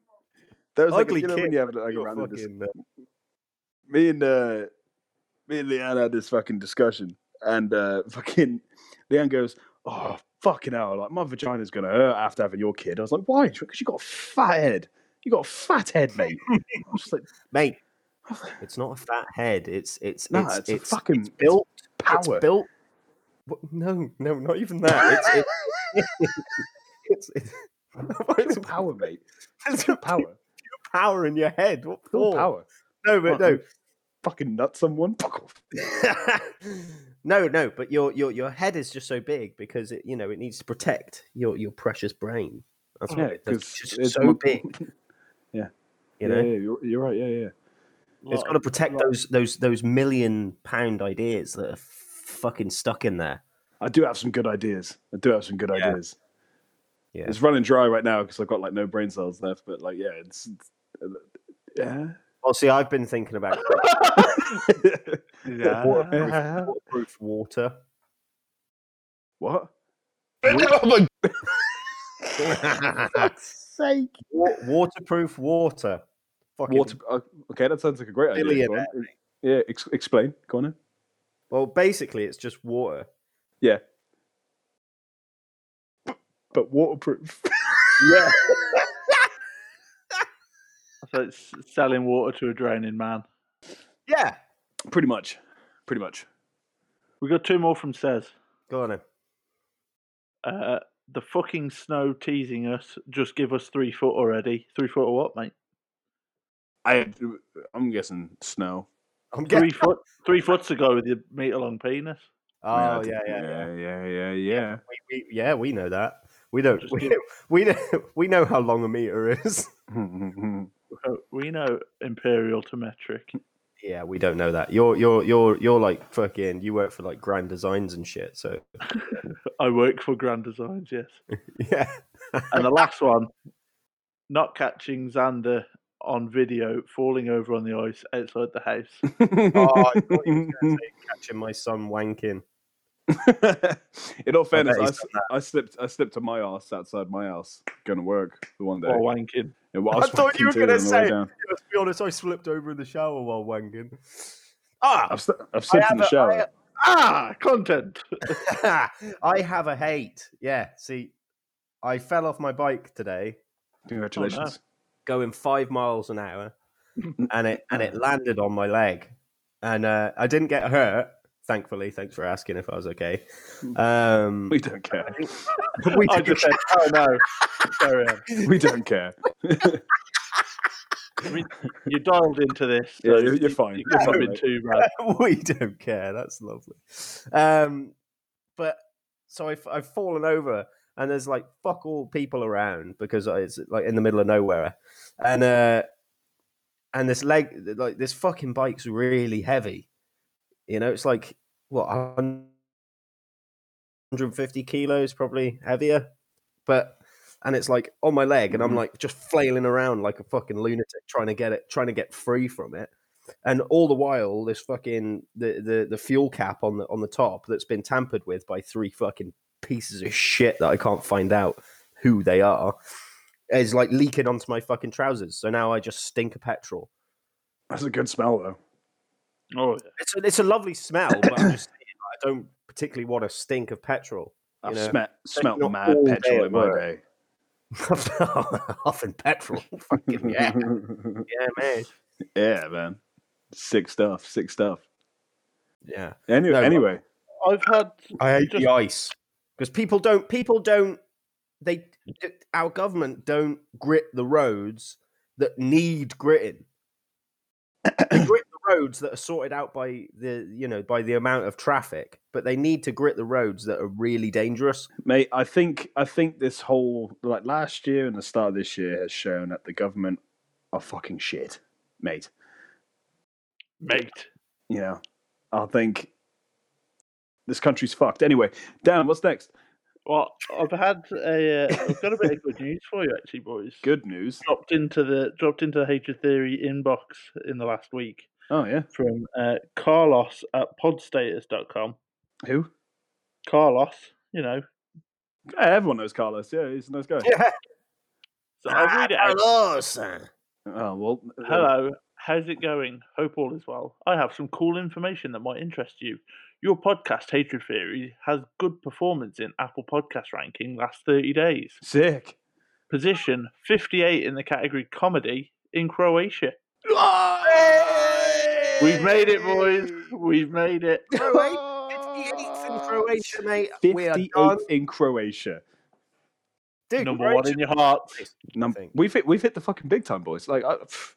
[SPEAKER 2] That was like,
[SPEAKER 1] Ugly
[SPEAKER 2] you know, when
[SPEAKER 1] kid.
[SPEAKER 2] you have like a
[SPEAKER 1] You're
[SPEAKER 2] random dis-
[SPEAKER 1] fucking, uh,
[SPEAKER 2] me and uh, me and Leanne had this fucking discussion, and uh, fucking Leanne goes, "Oh fucking hell! Like my vagina's gonna hurt after having your kid." I was like, "Why? Because you got a fat head. You got a fat head, mate." I was just like,
[SPEAKER 1] mate. It's not a fat head. It's it's
[SPEAKER 2] "Nah,
[SPEAKER 1] it's,
[SPEAKER 2] it's, a fucking
[SPEAKER 1] it's built
[SPEAKER 2] power."
[SPEAKER 1] It's built. What- No, no, not even that. It's it's it's, it's,
[SPEAKER 2] Pure power, mate.
[SPEAKER 1] it's
[SPEAKER 2] Pure
[SPEAKER 1] a
[SPEAKER 2] power.
[SPEAKER 1] power in your head. What
[SPEAKER 2] Pure
[SPEAKER 1] for?
[SPEAKER 2] power.
[SPEAKER 1] No, Oh, but no.
[SPEAKER 2] Fucking nut someone. Fuck off.
[SPEAKER 1] no, no, but your your your head is just so big because it you know it needs to protect your your precious brain. That's
[SPEAKER 2] Yeah,
[SPEAKER 1] what it does.
[SPEAKER 2] 'cause
[SPEAKER 1] It's just
[SPEAKER 2] it's
[SPEAKER 1] so
[SPEAKER 2] more-
[SPEAKER 1] big.
[SPEAKER 2] Yeah.
[SPEAKER 1] you know
[SPEAKER 2] Yeah, yeah, you're, you're right. Yeah, yeah.
[SPEAKER 1] it's got to protect those those those million pound ideas that are fucking stuck in there.
[SPEAKER 2] I do have some good ideas. I do have some good
[SPEAKER 1] Yeah.
[SPEAKER 2] ideas.
[SPEAKER 1] Yeah.
[SPEAKER 2] It's running dry right now because I've got like no brain cells left. But like, yeah, it's, it's yeah.
[SPEAKER 1] Well, Oh, see, I've been thinking about
[SPEAKER 2] Yeah.
[SPEAKER 1] waterproof water.
[SPEAKER 2] What?
[SPEAKER 3] Oh
[SPEAKER 1] sake! waterproof water. Fucking,
[SPEAKER 2] Water? uh, Okay, that sounds like a great idea. Go on. Yeah, ex- explain. Go on. Then.
[SPEAKER 1] Well, basically, it's just water.
[SPEAKER 2] But waterproof.
[SPEAKER 1] Yeah.
[SPEAKER 3] So it's selling water to a drowning man.
[SPEAKER 1] Yeah.
[SPEAKER 2] Pretty much. Pretty much.
[SPEAKER 3] We got two more from Says.
[SPEAKER 1] Go on. Then.
[SPEAKER 3] Uh, the fucking snow teasing us. Just give us three foot already. Three foot or what, mate?
[SPEAKER 2] I. I'm guessing snow.
[SPEAKER 1] I'm getting.
[SPEAKER 3] Three foot. Three foot's to go with your meter long penis.
[SPEAKER 1] Oh
[SPEAKER 2] I
[SPEAKER 1] yeah, yeah, yeah.
[SPEAKER 2] yeah, yeah, yeah, yeah.
[SPEAKER 1] We, we, yeah, we know that. We don't.
[SPEAKER 3] Just
[SPEAKER 1] We,
[SPEAKER 3] give-
[SPEAKER 1] we know. We know how long a meter is.
[SPEAKER 3] Uh, We know imperial to metric.
[SPEAKER 1] Yeah, we don't know that. You're you're you're you're like fucking. You work for like Grand Designs and shit. So
[SPEAKER 3] I work for Grand Designs, yes.
[SPEAKER 1] yeah.
[SPEAKER 3] And the last one, not catching Xander on video falling over on the ice outside the house.
[SPEAKER 1] Oh, I thought you were gonna say catching my son wanking.
[SPEAKER 2] In all fairness,
[SPEAKER 1] bet
[SPEAKER 2] I,
[SPEAKER 1] he's
[SPEAKER 2] s- I slipped. I slipped to my ass outside my house, going to work the one day.
[SPEAKER 3] While wanking.
[SPEAKER 2] And what
[SPEAKER 1] Oh, I thought you were
[SPEAKER 2] wanking
[SPEAKER 1] gonna
[SPEAKER 2] on the way
[SPEAKER 1] say-
[SPEAKER 2] down.
[SPEAKER 1] Let's be honest. I slipped over in the shower while wanking. Ah,
[SPEAKER 2] I've, sli- I've slipped
[SPEAKER 1] have
[SPEAKER 2] in the
[SPEAKER 1] a- I
[SPEAKER 2] shower.
[SPEAKER 1] have-
[SPEAKER 3] Ah, content.
[SPEAKER 1] I have a hate. Yeah. See, I fell off my bike today,
[SPEAKER 2] Congratulations.
[SPEAKER 1] oh, going five miles an hour, and it and it landed on my leg, and uh, I didn't get hurt. Thankfully, thanks for asking if I was okay. Um,
[SPEAKER 2] We don't care.
[SPEAKER 1] we
[SPEAKER 3] I
[SPEAKER 1] didn't
[SPEAKER 3] just said, oh no. Carry on.
[SPEAKER 2] We don't care.
[SPEAKER 3] I mean, you dialed into this.
[SPEAKER 2] Yeah,
[SPEAKER 3] so
[SPEAKER 2] you're, you're
[SPEAKER 3] you-
[SPEAKER 2] fine.
[SPEAKER 3] You
[SPEAKER 2] You're fine,
[SPEAKER 3] couldn't have been
[SPEAKER 2] mate.
[SPEAKER 3] too bad.
[SPEAKER 1] we don't care. That's lovely. Um, but so I've, I've fallen over and there's like fuck all people around because it's like in the middle of nowhere, and uh, and this leg like this fucking bike's really heavy, you know. It's like what 150 kilos probably heavier, but and it's like on my leg, and I'm like just flailing around like a fucking lunatic trying to get it, trying to get free from it and all the while this fucking the, the the fuel cap on the on the top that's been tampered with by three fucking pieces of shit that I can't find out who they are is like leaking onto my fucking trousers. So now I just stink of petrol.
[SPEAKER 2] That's a good smell though.
[SPEAKER 3] Oh,
[SPEAKER 1] It's a, it's a lovely smell, but I'm just saying, I don't particularly want to stink of petrol.
[SPEAKER 2] I've
[SPEAKER 1] know,
[SPEAKER 2] smet- smelt
[SPEAKER 1] not
[SPEAKER 2] mad
[SPEAKER 1] all day
[SPEAKER 2] petrol
[SPEAKER 1] at
[SPEAKER 2] in my
[SPEAKER 1] work.
[SPEAKER 2] day.
[SPEAKER 1] Off in petrol, fucking yeah, yeah, man,
[SPEAKER 2] yeah, man. Sick stuff. Sick stuff.
[SPEAKER 1] yeah.
[SPEAKER 2] Anyway,
[SPEAKER 1] No,
[SPEAKER 2] anyway.
[SPEAKER 3] I've had
[SPEAKER 1] I hate
[SPEAKER 3] Just-
[SPEAKER 1] the ice because people don't. People don't. They our government don't grit the roads that need gritting. they grit the roads that are sorted out by the you know by the amount of traffic, but they need to grit the roads that are really dangerous.
[SPEAKER 2] Mate, I think I think this whole like last year and the start of this year has shown that the government are fucking shit, mate.
[SPEAKER 3] mate.
[SPEAKER 2] You know, I think this country's fucked. Anyway, Dan, what's next?
[SPEAKER 3] Well, I've had a. Uh, I've got a bit of good news for you, actually, boys.
[SPEAKER 2] Good news.
[SPEAKER 3] Dropped into the dropped into the Hatred Theory inbox in the last week
[SPEAKER 2] Oh yeah,
[SPEAKER 3] from uh, Carlos at podstatus.com.
[SPEAKER 2] who?
[SPEAKER 3] Carlos, you know.
[SPEAKER 2] Yeah, everyone knows Carlos. Yeah, he's a nice guy.
[SPEAKER 1] Yeah,
[SPEAKER 3] So I'll read it out.
[SPEAKER 2] Oh well.
[SPEAKER 3] Hello, how's it going? Hope all is well. I have some cool information that might interest you. Your podcast, Hatred Theory, has good performance in Apple Podcast ranking last 30 days.
[SPEAKER 2] Sick.
[SPEAKER 3] Position 58 in the category comedy in Croatia. We've made it, boys. We've made it.
[SPEAKER 1] Fifty-eighth in Croatia, mate. We are done,
[SPEAKER 2] 58th in Croatia.
[SPEAKER 1] dude.
[SPEAKER 3] Number one in your hearts.
[SPEAKER 2] Num-
[SPEAKER 1] think.
[SPEAKER 2] we've hit we've hit the fucking big time, boys. Like, I, pff,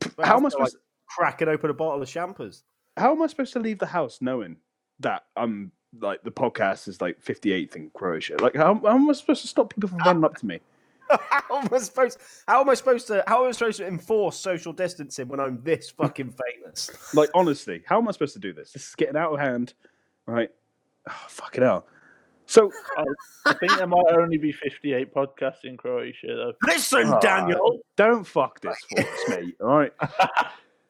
[SPEAKER 2] pff,
[SPEAKER 1] Well,
[SPEAKER 2] how am
[SPEAKER 1] I feel
[SPEAKER 2] I supposed?
[SPEAKER 1] cracking open a bottle of champers.
[SPEAKER 2] How am I supposed to leave the house knowing that I'm like the podcast is like 58th in Croatia? Like, how, how am I supposed to stop people from running up to me?
[SPEAKER 1] how am I supposed? How am I supposed to? How am I supposed to enforce social distancing when I'm this fucking famous?
[SPEAKER 2] Like, honestly, how am I supposed to do this? This is getting out of hand, right? Oh, fucking hell. So,
[SPEAKER 3] I think there might only be 58 podcasts in Croatia,
[SPEAKER 1] Listen,
[SPEAKER 2] Ah.
[SPEAKER 1] Daniel.
[SPEAKER 2] don't fuck this for us, mate. All right.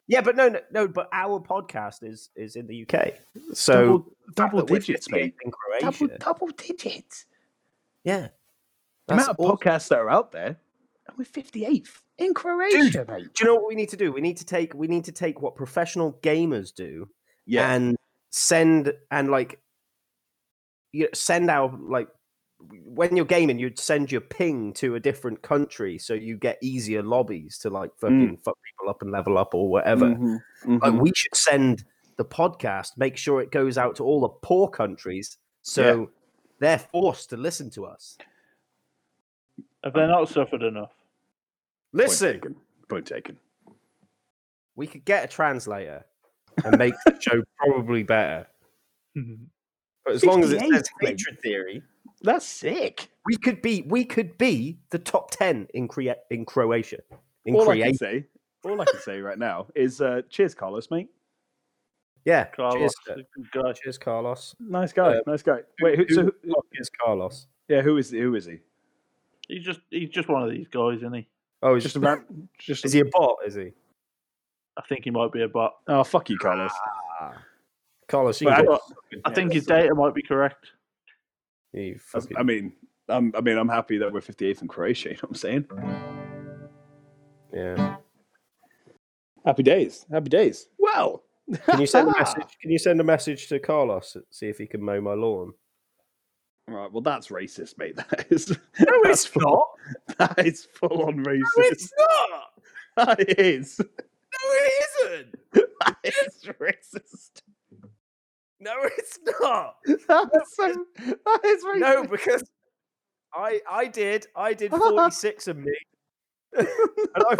[SPEAKER 1] Yeah, but no, no, no. But our podcast is is in the UK, so the fact
[SPEAKER 2] double
[SPEAKER 1] that we're
[SPEAKER 2] digits,
[SPEAKER 1] 58
[SPEAKER 2] mate.
[SPEAKER 1] In Croatia,
[SPEAKER 2] Double, double digits.
[SPEAKER 1] yeah.
[SPEAKER 2] The
[SPEAKER 1] That's
[SPEAKER 2] amount of
[SPEAKER 1] awesome.
[SPEAKER 2] podcasts that are out there, and we're 58th in Croatia, mate.
[SPEAKER 1] Do you know what we need to do? We need to take we need to take what professional gamers do
[SPEAKER 2] Yeah.
[SPEAKER 1] and send and like you know, send out like when you're gaming you'd send your ping to a different country so you get easier lobbies to
[SPEAKER 2] Mm.
[SPEAKER 1] like fucking fuck people up and level up or whatever
[SPEAKER 2] Mhm, mhm.
[SPEAKER 1] like we should send the podcast make sure it goes out to all the poor countries so they're forced to listen to us
[SPEAKER 3] though. Have they not suffered enough?
[SPEAKER 1] listen
[SPEAKER 2] Point taken. Point taken.
[SPEAKER 1] we could get a translator and make the show probably better but as long as it
[SPEAKER 2] 58,
[SPEAKER 1] says
[SPEAKER 2] mate.
[SPEAKER 1] hatred theory
[SPEAKER 2] That's sick.
[SPEAKER 1] we could be we could be the top 10 in Crea- in croatia in
[SPEAKER 2] all I
[SPEAKER 1] Croatia.
[SPEAKER 2] can say, all I can say right now is uh, cheers, Carlos, mate.
[SPEAKER 1] yeah
[SPEAKER 3] Carlos,
[SPEAKER 1] cheers,
[SPEAKER 3] a good guy.
[SPEAKER 1] cheers carlos
[SPEAKER 2] Nice guy,
[SPEAKER 1] Uh,
[SPEAKER 2] nice guy. Wait, who, so who,
[SPEAKER 1] the fuck is carlos
[SPEAKER 2] yeah, who is who is he?
[SPEAKER 3] He's just he's just one of these guys, isn't he?
[SPEAKER 1] oh he's
[SPEAKER 2] Just
[SPEAKER 1] just
[SPEAKER 2] a ran, just.
[SPEAKER 1] is he a bot is he
[SPEAKER 3] I think he might be a bot.
[SPEAKER 2] oh, fuck you, Carlos.
[SPEAKER 1] carlos you
[SPEAKER 3] But I,
[SPEAKER 1] got-
[SPEAKER 3] I think his data might be correct.
[SPEAKER 1] you
[SPEAKER 2] That's-
[SPEAKER 1] fucking-
[SPEAKER 2] I mean, I'm, I mean, I'm happy that we're 58th in Croatia. You know what I'm saying?
[SPEAKER 1] yeah
[SPEAKER 2] Happy days, happy days. Well,
[SPEAKER 1] Can you send a message? Can you send a message to Carlos? and See if he can mow my lawn.
[SPEAKER 2] all right. Well, that's racist, mate. That is.
[SPEAKER 1] No,
[SPEAKER 2] it's
[SPEAKER 1] not.
[SPEAKER 2] That is full on racist.
[SPEAKER 1] not.
[SPEAKER 2] That is.
[SPEAKER 1] No, it isn't.
[SPEAKER 2] That is racist.
[SPEAKER 1] No, it's not.
[SPEAKER 2] That's so, that is racist.
[SPEAKER 1] No, because I I did I did forty six of me, and I,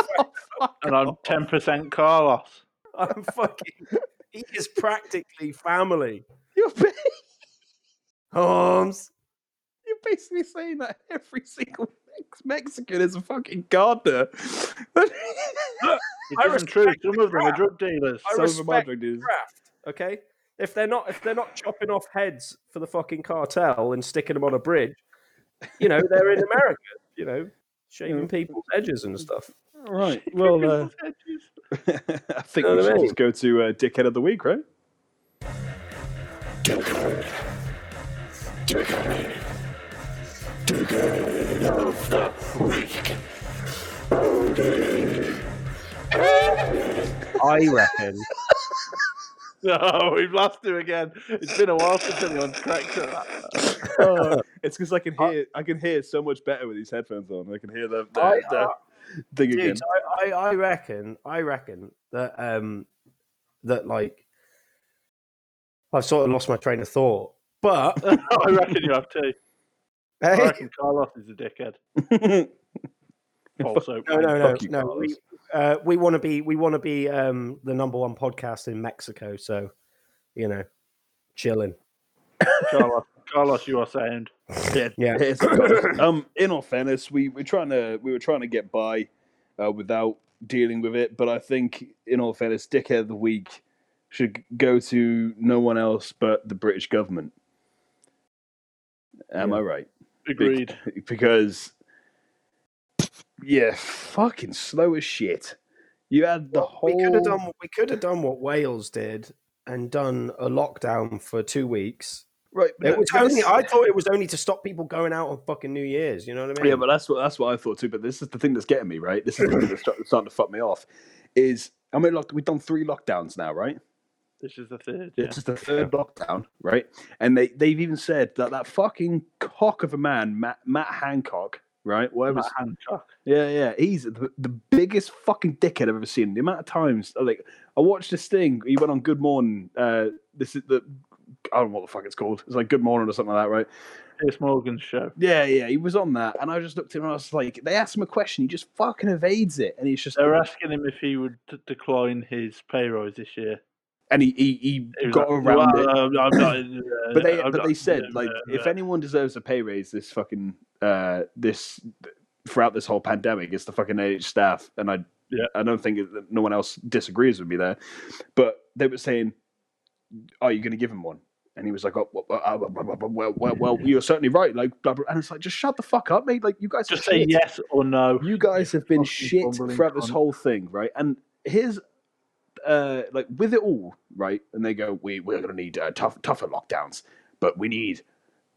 [SPEAKER 1] fuck-
[SPEAKER 3] And I'm ten percent Carlos.
[SPEAKER 1] I'm fucking. He is practically family.
[SPEAKER 2] You're, ba-
[SPEAKER 1] Holmes,
[SPEAKER 2] you're basically saying that every single Mex- Mexican is a fucking gardener.
[SPEAKER 3] It
[SPEAKER 4] I
[SPEAKER 3] isn't true.
[SPEAKER 4] respect
[SPEAKER 3] Some
[SPEAKER 4] the
[SPEAKER 3] of them are
[SPEAKER 4] craft.
[SPEAKER 3] drug dealers.
[SPEAKER 4] I
[SPEAKER 2] Some of them are
[SPEAKER 4] respect
[SPEAKER 2] drug dealers.
[SPEAKER 4] craft. Okay, if they're not if they're not chopping off heads for the fucking cartel and sticking them on a bridge, you know they're in America. You know, shaving people's edges and stuff.
[SPEAKER 2] right. Well, uh, I think
[SPEAKER 4] Know
[SPEAKER 2] we
[SPEAKER 4] what I
[SPEAKER 2] should
[SPEAKER 4] mean?
[SPEAKER 2] just go to uh, Dickhead of the Week, right?
[SPEAKER 1] I reckon.
[SPEAKER 3] No, we've lost him again. It's been a while since anyone cracked at that.
[SPEAKER 2] Oh, it's because I can hear I can hear so much better with these headphones on. I can hear the, the,
[SPEAKER 4] I-
[SPEAKER 2] the
[SPEAKER 1] uh,
[SPEAKER 2] thing again.
[SPEAKER 4] Dude,
[SPEAKER 1] I, I reckon I reckon that um that like I've sort of lost my train of thought. But
[SPEAKER 3] I reckon you have too. I reckon Carlos is a dickhead. Also,
[SPEAKER 1] no no no
[SPEAKER 2] Fuck you,
[SPEAKER 1] no we,
[SPEAKER 2] Carlos.
[SPEAKER 1] uh, we want to be we want to be um the number one podcast in Mexico, so you know, chilling.
[SPEAKER 3] Carlos, Carlos, you are sound.
[SPEAKER 1] Yeah.
[SPEAKER 2] Yes, of course. um, in all fairness, we were trying to we were trying to get by uh, without dealing with it, but I think in all fairness, dickhead of the week should go to no one else but the British government. Am I right?
[SPEAKER 3] Agreed.
[SPEAKER 2] Because yeah, fucking slow as shit. You had the whole.
[SPEAKER 1] We could have done we could have done what Wales did and done a lockdown for two weeks.
[SPEAKER 2] right. but
[SPEAKER 1] It was
[SPEAKER 2] this-
[SPEAKER 1] only I thought it was only to stop people going out on fucking New Year's. You know what I mean?
[SPEAKER 2] Yeah, but that's what that's what I thought too. But this is the thing that's getting me right. This is the thing that's start- starting to fuck me off. Is I mean, look, we've done three lockdowns now, right?
[SPEAKER 3] This is the third. Yeah.
[SPEAKER 2] This is the third lockdown, right? And they they've even said that that fucking cock of a man, Matt, Matt Hancock, right? Whatever.
[SPEAKER 3] Matt
[SPEAKER 2] his-
[SPEAKER 3] Hancock.
[SPEAKER 2] Yeah, yeah, he's the, the biggest fucking dickhead I've ever seen. The amount of times, like, I watched this thing. He went on Good Morning. Uh, this is the I don't know what the fuck it's called. It's like Good Morning or something like that, right?
[SPEAKER 3] Piers Morgan's show.
[SPEAKER 2] Yeah, yeah, he was on that, and I just looked at him and I was like, they asked him a question, he just fucking evades it, and he's just
[SPEAKER 3] They're asking him if he would d- decline his pay rise this year.
[SPEAKER 2] and he he,
[SPEAKER 3] He
[SPEAKER 2] he
[SPEAKER 3] was
[SPEAKER 2] got
[SPEAKER 3] like,
[SPEAKER 2] around
[SPEAKER 3] "Well, uh,
[SPEAKER 2] it.
[SPEAKER 3] I'm not- I'm not in there,
[SPEAKER 2] But they
[SPEAKER 3] I'm
[SPEAKER 2] but
[SPEAKER 3] not
[SPEAKER 2] they
[SPEAKER 3] in
[SPEAKER 2] said
[SPEAKER 3] there,
[SPEAKER 2] like
[SPEAKER 3] uh,
[SPEAKER 2] if anyone deserves a pay raise, this fucking uh this throughout this whole pandemic, it's the fucking NH staff, and I
[SPEAKER 3] Yeah.
[SPEAKER 2] I don't think that no one else disagrees with me there, but they were saying, are you going to give him one? And he was like, oh, well, uh, well, well, well, well, you're certainly right. Like, blah, blah. and it's like, just shut the fuck up, mate. Like, you guys are
[SPEAKER 3] just say
[SPEAKER 2] shit.
[SPEAKER 3] yes or no.
[SPEAKER 2] you guys have been
[SPEAKER 3] fucking
[SPEAKER 2] shit
[SPEAKER 3] bumbling
[SPEAKER 2] throughout this
[SPEAKER 3] cunt.
[SPEAKER 2] whole thing, right? And here's uh like with it all, right? And they go, we we're gonna need uh, tough tougher lockdowns, but we need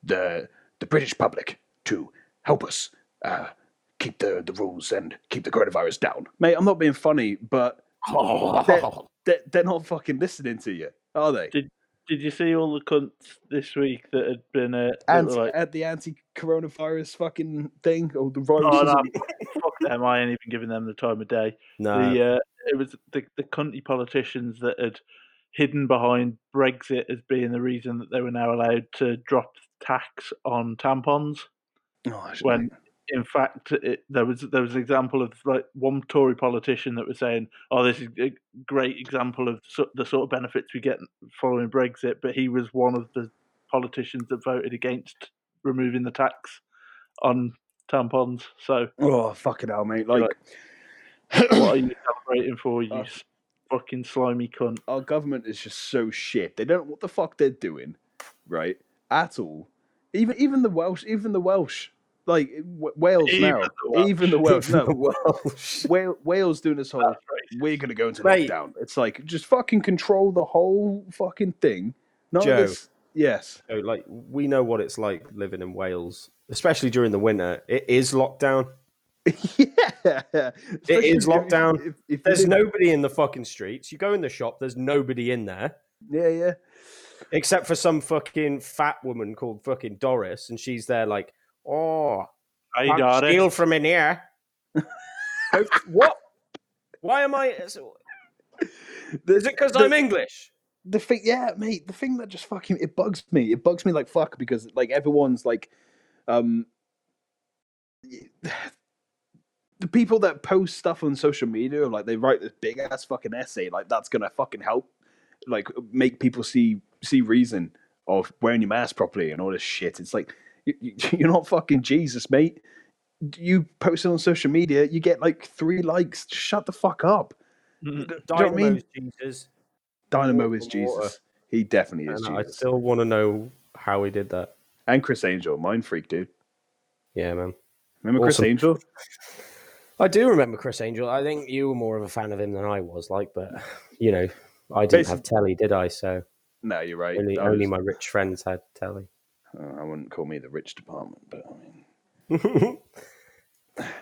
[SPEAKER 2] the the British public to help us uh, keep the the rules and keep the coronavirus down, mate. I'm not being funny, but they're, they're, they're not fucking listening to you, are they?
[SPEAKER 3] Did you see all the cunts this week that had been uh, that
[SPEAKER 2] And
[SPEAKER 3] were like,
[SPEAKER 2] at the anti-coronavirus fucking thing or the virus?
[SPEAKER 3] oh, no, fuck them, I ain't even giving them the time of day.
[SPEAKER 1] no,
[SPEAKER 3] The uh, it was the the cunty politicians that had hidden behind Brexit as being the reason that they were now allowed to drop tax on tampons.
[SPEAKER 2] Oh, I should-
[SPEAKER 3] when in fact it, there was there was an example of like one Tory politician that was saying, "Oh, this is a great example of so, the sort of benefits we get following Brexit," but he was one of the politicians that voted against removing the tax on tampons. So
[SPEAKER 2] oh fucking hell, mate! Like,
[SPEAKER 3] what are you celebrating for, you
[SPEAKER 1] Uh.
[SPEAKER 2] Oh.
[SPEAKER 3] s- fucking slimy cunt?
[SPEAKER 2] our government is just so shit. They don't know what the fuck they're doing, right? At all. Even even the Welsh, even the Welsh, like w- Wales
[SPEAKER 3] Even
[SPEAKER 2] now,
[SPEAKER 3] the Welsh.
[SPEAKER 2] even the Welsh, no,
[SPEAKER 1] Welsh.
[SPEAKER 2] Wa- Wales doing this whole.
[SPEAKER 3] That's racist.
[SPEAKER 2] We're gonna go into
[SPEAKER 1] Mate.
[SPEAKER 2] lockdown. It's like just fucking control the whole fucking thing. Not
[SPEAKER 1] Joe.
[SPEAKER 2] this. Yes.
[SPEAKER 1] So, like we know what it's like living in Wales, especially during the winter. It is lockdown.
[SPEAKER 2] yeah. Especially
[SPEAKER 1] is
[SPEAKER 2] if you-
[SPEAKER 1] lockdown.
[SPEAKER 2] If, if you
[SPEAKER 1] There's
[SPEAKER 2] live-
[SPEAKER 1] nobody in the fucking streets. You go in the shop, there's nobody in there
[SPEAKER 2] Yeah, yeah.
[SPEAKER 1] except for some fucking fat woman called fucking Doris, and she's there like, oh,
[SPEAKER 3] Hey,
[SPEAKER 1] can't
[SPEAKER 3] Dada.
[SPEAKER 1] steal from in here. Oh, what? Why am I? Is
[SPEAKER 2] There's
[SPEAKER 1] it because
[SPEAKER 2] The-
[SPEAKER 1] I'm English?
[SPEAKER 2] the thing yeah mate the thing that just fucking it bugs me it bugs me like fuck because like everyone's like um y- the people that post stuff on social media like they write this big ass fucking essay like that's gonna fucking help like make people see see reason of wearing your mask properly and all this shit it's like You- you- You're not fucking Jesus, mate. You post it on social media, you get like three likes. Shut the fuck up. Do you know what I mean?
[SPEAKER 4] Dynamo's Jesus.
[SPEAKER 2] Dynamo
[SPEAKER 4] Water
[SPEAKER 2] is
[SPEAKER 4] from water.
[SPEAKER 2] Jesus. He definitely is
[SPEAKER 4] And I
[SPEAKER 2] Jesus.
[SPEAKER 4] still want to know how he did that.
[SPEAKER 2] And Chris Angel, mind freak, dude.
[SPEAKER 4] Yeah, man.
[SPEAKER 2] Remember
[SPEAKER 4] Awesome.
[SPEAKER 2] Chris Angel?
[SPEAKER 4] I do remember Chris Angel. I think you were more of a fan of him than I was. Like, but you know, I didn't have telly, did I? So
[SPEAKER 2] No, you're right.
[SPEAKER 4] only,
[SPEAKER 2] I,
[SPEAKER 4] only
[SPEAKER 2] was-
[SPEAKER 4] my rich friends had telly.
[SPEAKER 2] uh, I wouldn't call me the rich department, but I mean,
[SPEAKER 4] well,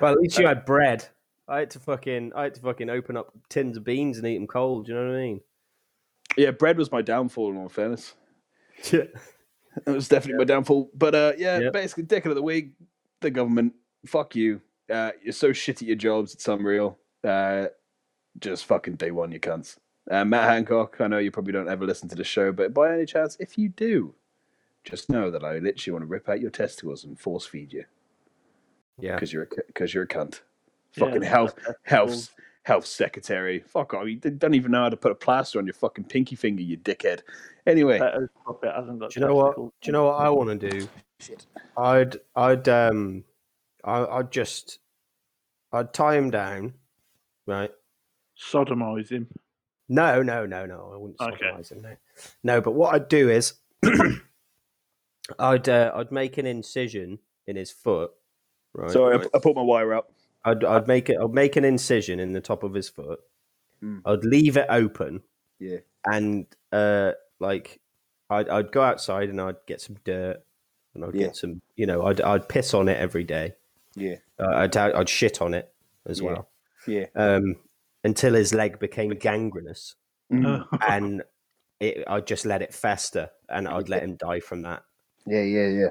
[SPEAKER 4] at least you had bread.
[SPEAKER 1] Uh, I had to fucking I had to fucking open up tins of beans and eat them cold. Do you know what I mean?
[SPEAKER 2] yeah, bread was my downfall. In all fairness,
[SPEAKER 1] Yeah.
[SPEAKER 2] it was definitely my downfall. But uh, yeah,
[SPEAKER 1] Yeah.
[SPEAKER 2] basically, dickhead of the week, the government. Fuck you. Uh, you're so shit at your jobs. It's unreal. Uh, just fucking day one, you cunts. Uh, Matt Hancock, I know you probably don't ever listen to the show, but by any chance, if you do, just know that I literally want to rip out your testicles and force feed you
[SPEAKER 1] Yeah.
[SPEAKER 2] because you're because you're a cunt.
[SPEAKER 3] Yeah,
[SPEAKER 2] Fucking
[SPEAKER 3] I've
[SPEAKER 2] health
[SPEAKER 3] got
[SPEAKER 2] health health secretary. Fuck off. You don't even know how to put a plaster on your fucking pinky finger, you dickhead. Anyway,
[SPEAKER 3] Better stop it, hasn't got
[SPEAKER 1] Do you know what? Do
[SPEAKER 3] testicles.
[SPEAKER 1] you know what I want to do? I'd I'd um I, I'd just I'd tie him down, right?
[SPEAKER 3] Sodomise him.
[SPEAKER 1] No, no, no, no. I wouldn't
[SPEAKER 3] Okay.
[SPEAKER 1] sodomise him. No, no. But what I'd do is, I'd uh, I'd make an incision in his foot. Right.
[SPEAKER 2] sorry, I, I put my wire up.
[SPEAKER 1] I'd I'd make it. I'd make an incision in the top of his foot.
[SPEAKER 2] Mm.
[SPEAKER 1] I'd leave it open.
[SPEAKER 2] Yeah.
[SPEAKER 1] And uh, like, I'd I'd go outside and I'd get some dirt, and I'd
[SPEAKER 2] Yeah.
[SPEAKER 1] get some. You know, I'd I'd piss on it every day.
[SPEAKER 2] Yeah.
[SPEAKER 1] Uh, I'd I'd shit on it as
[SPEAKER 2] Yeah.
[SPEAKER 1] well.
[SPEAKER 2] Yeah.
[SPEAKER 1] Um, until his leg became gangrenous
[SPEAKER 2] Mm.
[SPEAKER 1] and it, I'd just let it fester, and I'd let him die from that.
[SPEAKER 2] Yeah, yeah, yeah.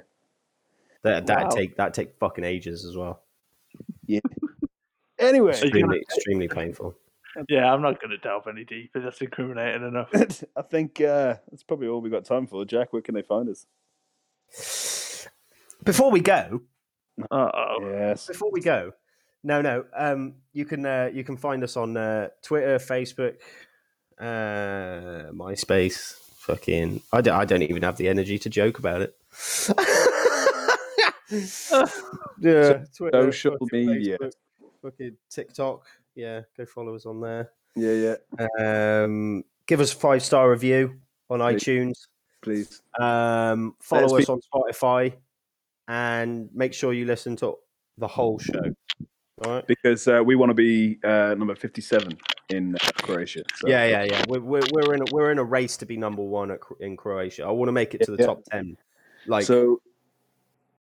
[SPEAKER 1] That that
[SPEAKER 3] Wow.
[SPEAKER 1] take that take fucking ages as well.
[SPEAKER 2] Anyway,
[SPEAKER 3] you
[SPEAKER 1] Extremely, extremely painful.
[SPEAKER 3] Yeah, I'm not going to delve any deeper. That's incriminating enough.
[SPEAKER 2] I think uh, that's probably all we got time for. Jack, where can they find us?
[SPEAKER 1] Before we go,
[SPEAKER 3] Uh-oh.
[SPEAKER 2] Yes.
[SPEAKER 1] before we go, no, no. Um, you can uh, you can find us on uh, Twitter, Facebook, uh, MySpace. Fucking, I don't, I don't even have the energy to joke about it. yeah, Uh, Twitter,
[SPEAKER 2] social
[SPEAKER 1] fucking
[SPEAKER 2] media.
[SPEAKER 1] Facebook, fucking TikTok. Yeah, go follow us on there.
[SPEAKER 2] Yeah, yeah.
[SPEAKER 1] Um, give us a five star review on
[SPEAKER 2] Please.
[SPEAKER 1] iTunes.
[SPEAKER 2] Please.
[SPEAKER 1] Um, follow us
[SPEAKER 2] Let's
[SPEAKER 1] on Spotify, and make sure you listen to the whole show. All right.
[SPEAKER 2] Because uh, we want to be uh, number 57 in uh, Croatia. So.
[SPEAKER 1] Yeah, yeah, yeah. We're, we're, we're in a, we're in a race to be number one at, Cro- in Croatia. I want to make it to the
[SPEAKER 2] Yeah.
[SPEAKER 1] top ten. Like
[SPEAKER 2] so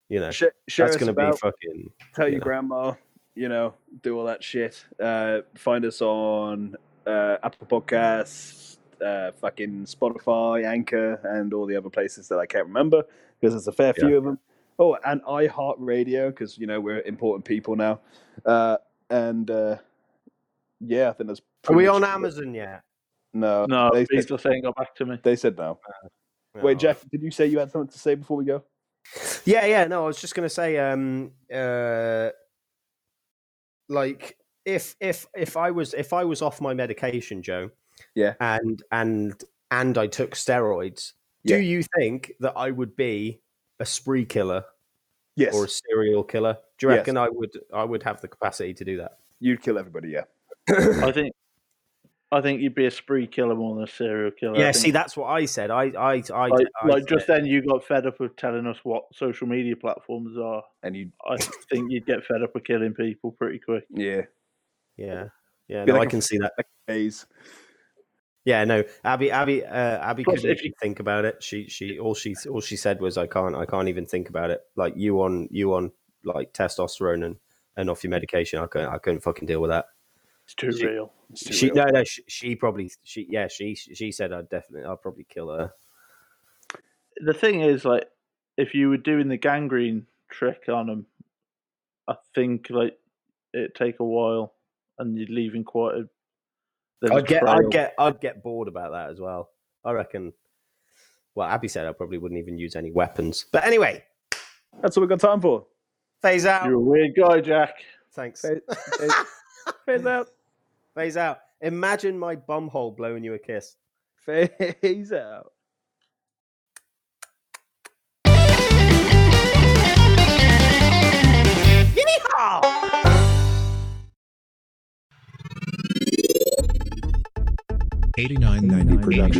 [SPEAKER 1] you know,
[SPEAKER 2] sh- share
[SPEAKER 1] that's
[SPEAKER 2] us
[SPEAKER 1] going to
[SPEAKER 2] about-
[SPEAKER 1] be fucking.
[SPEAKER 2] tell
[SPEAKER 1] you
[SPEAKER 2] your
[SPEAKER 1] know.
[SPEAKER 2] grandma, you know, do all that shit. Uh, find us on uh, Apple Podcasts, uh, fucking Spotify, Anchor, and all the other places that I can't remember because there's a fair few of them. Oh, and iHeartRadio because you know we're important people now. Uh, and uh, yeah, I think that's.
[SPEAKER 1] Are
[SPEAKER 2] pretty
[SPEAKER 1] we
[SPEAKER 2] much
[SPEAKER 1] on
[SPEAKER 2] it.
[SPEAKER 1] Amazon yet?
[SPEAKER 2] No,
[SPEAKER 3] No,
[SPEAKER 2] They,
[SPEAKER 3] please Oh. just saying got back to me.
[SPEAKER 2] they said no.
[SPEAKER 1] No.
[SPEAKER 2] Wait, Jack, did you say you had something to say before we go?
[SPEAKER 1] Oh. Yeah, yeah. No, I was just gonna say, um, uh, like if if if I was if I was off my medication, Joe,
[SPEAKER 2] Yeah.
[SPEAKER 1] and and and I took steroids,
[SPEAKER 2] Yeah.
[SPEAKER 1] do you think that I would be a spree killer
[SPEAKER 2] Yes,
[SPEAKER 1] or a serial killer? Do you
[SPEAKER 2] Yes.
[SPEAKER 1] reckon I would I would have the capacity to do that?
[SPEAKER 2] you'd kill everybody. Yeah,
[SPEAKER 3] I think I think you'd be a spree killer more than a serial killer. I
[SPEAKER 1] yeah.
[SPEAKER 3] think,
[SPEAKER 1] See, that's what I said. I I I,
[SPEAKER 3] like,
[SPEAKER 1] I
[SPEAKER 3] like
[SPEAKER 1] said-
[SPEAKER 3] just then you got fed up with telling us what social media platforms are.
[SPEAKER 2] and you,
[SPEAKER 3] I think you'd get fed up with killing people pretty quick.
[SPEAKER 2] yeah,
[SPEAKER 1] yeah. Yeah,
[SPEAKER 2] Be
[SPEAKER 1] no, I
[SPEAKER 2] like a-
[SPEAKER 1] can see that.
[SPEAKER 2] phase.
[SPEAKER 1] Yeah, no, Abby, Abby, uh, Abby
[SPEAKER 3] Plus,
[SPEAKER 1] couldn't
[SPEAKER 3] if
[SPEAKER 1] even think about it. She, she, all she, all she said was, "I can't, I can't even think about it." Like you on, you on, like testosterone and and off your medication. I couldn't, I couldn't fucking deal with that.
[SPEAKER 3] It's too
[SPEAKER 1] She-
[SPEAKER 3] real.
[SPEAKER 2] It's too
[SPEAKER 1] She,
[SPEAKER 2] real.
[SPEAKER 1] no, no, she, she probably, she, yeah, she, she said, "I'd definitely, I'd probably kill her."
[SPEAKER 3] The thing is, like, if you were doing the gangrene trick on them, I think like it'd take a while, and you're leaving quite a. there's a
[SPEAKER 1] I'd get,
[SPEAKER 3] trail.
[SPEAKER 1] I'd get, I'd get bored about that as well. I reckon. Well, Abby said I probably wouldn't even use any weapons. But anyway,
[SPEAKER 2] That's all we got time for.
[SPEAKER 1] phase out.
[SPEAKER 3] You're a weird guy, Jack.
[SPEAKER 1] Thanks.
[SPEAKER 2] Phase- phase- Phase out.
[SPEAKER 1] Phase out. Imagine my bumhole blowing you a kiss.
[SPEAKER 2] Phase out.
[SPEAKER 5] Thank you.
[SPEAKER 4] Yeehaw!
[SPEAKER 5] Eighty nine ninety production.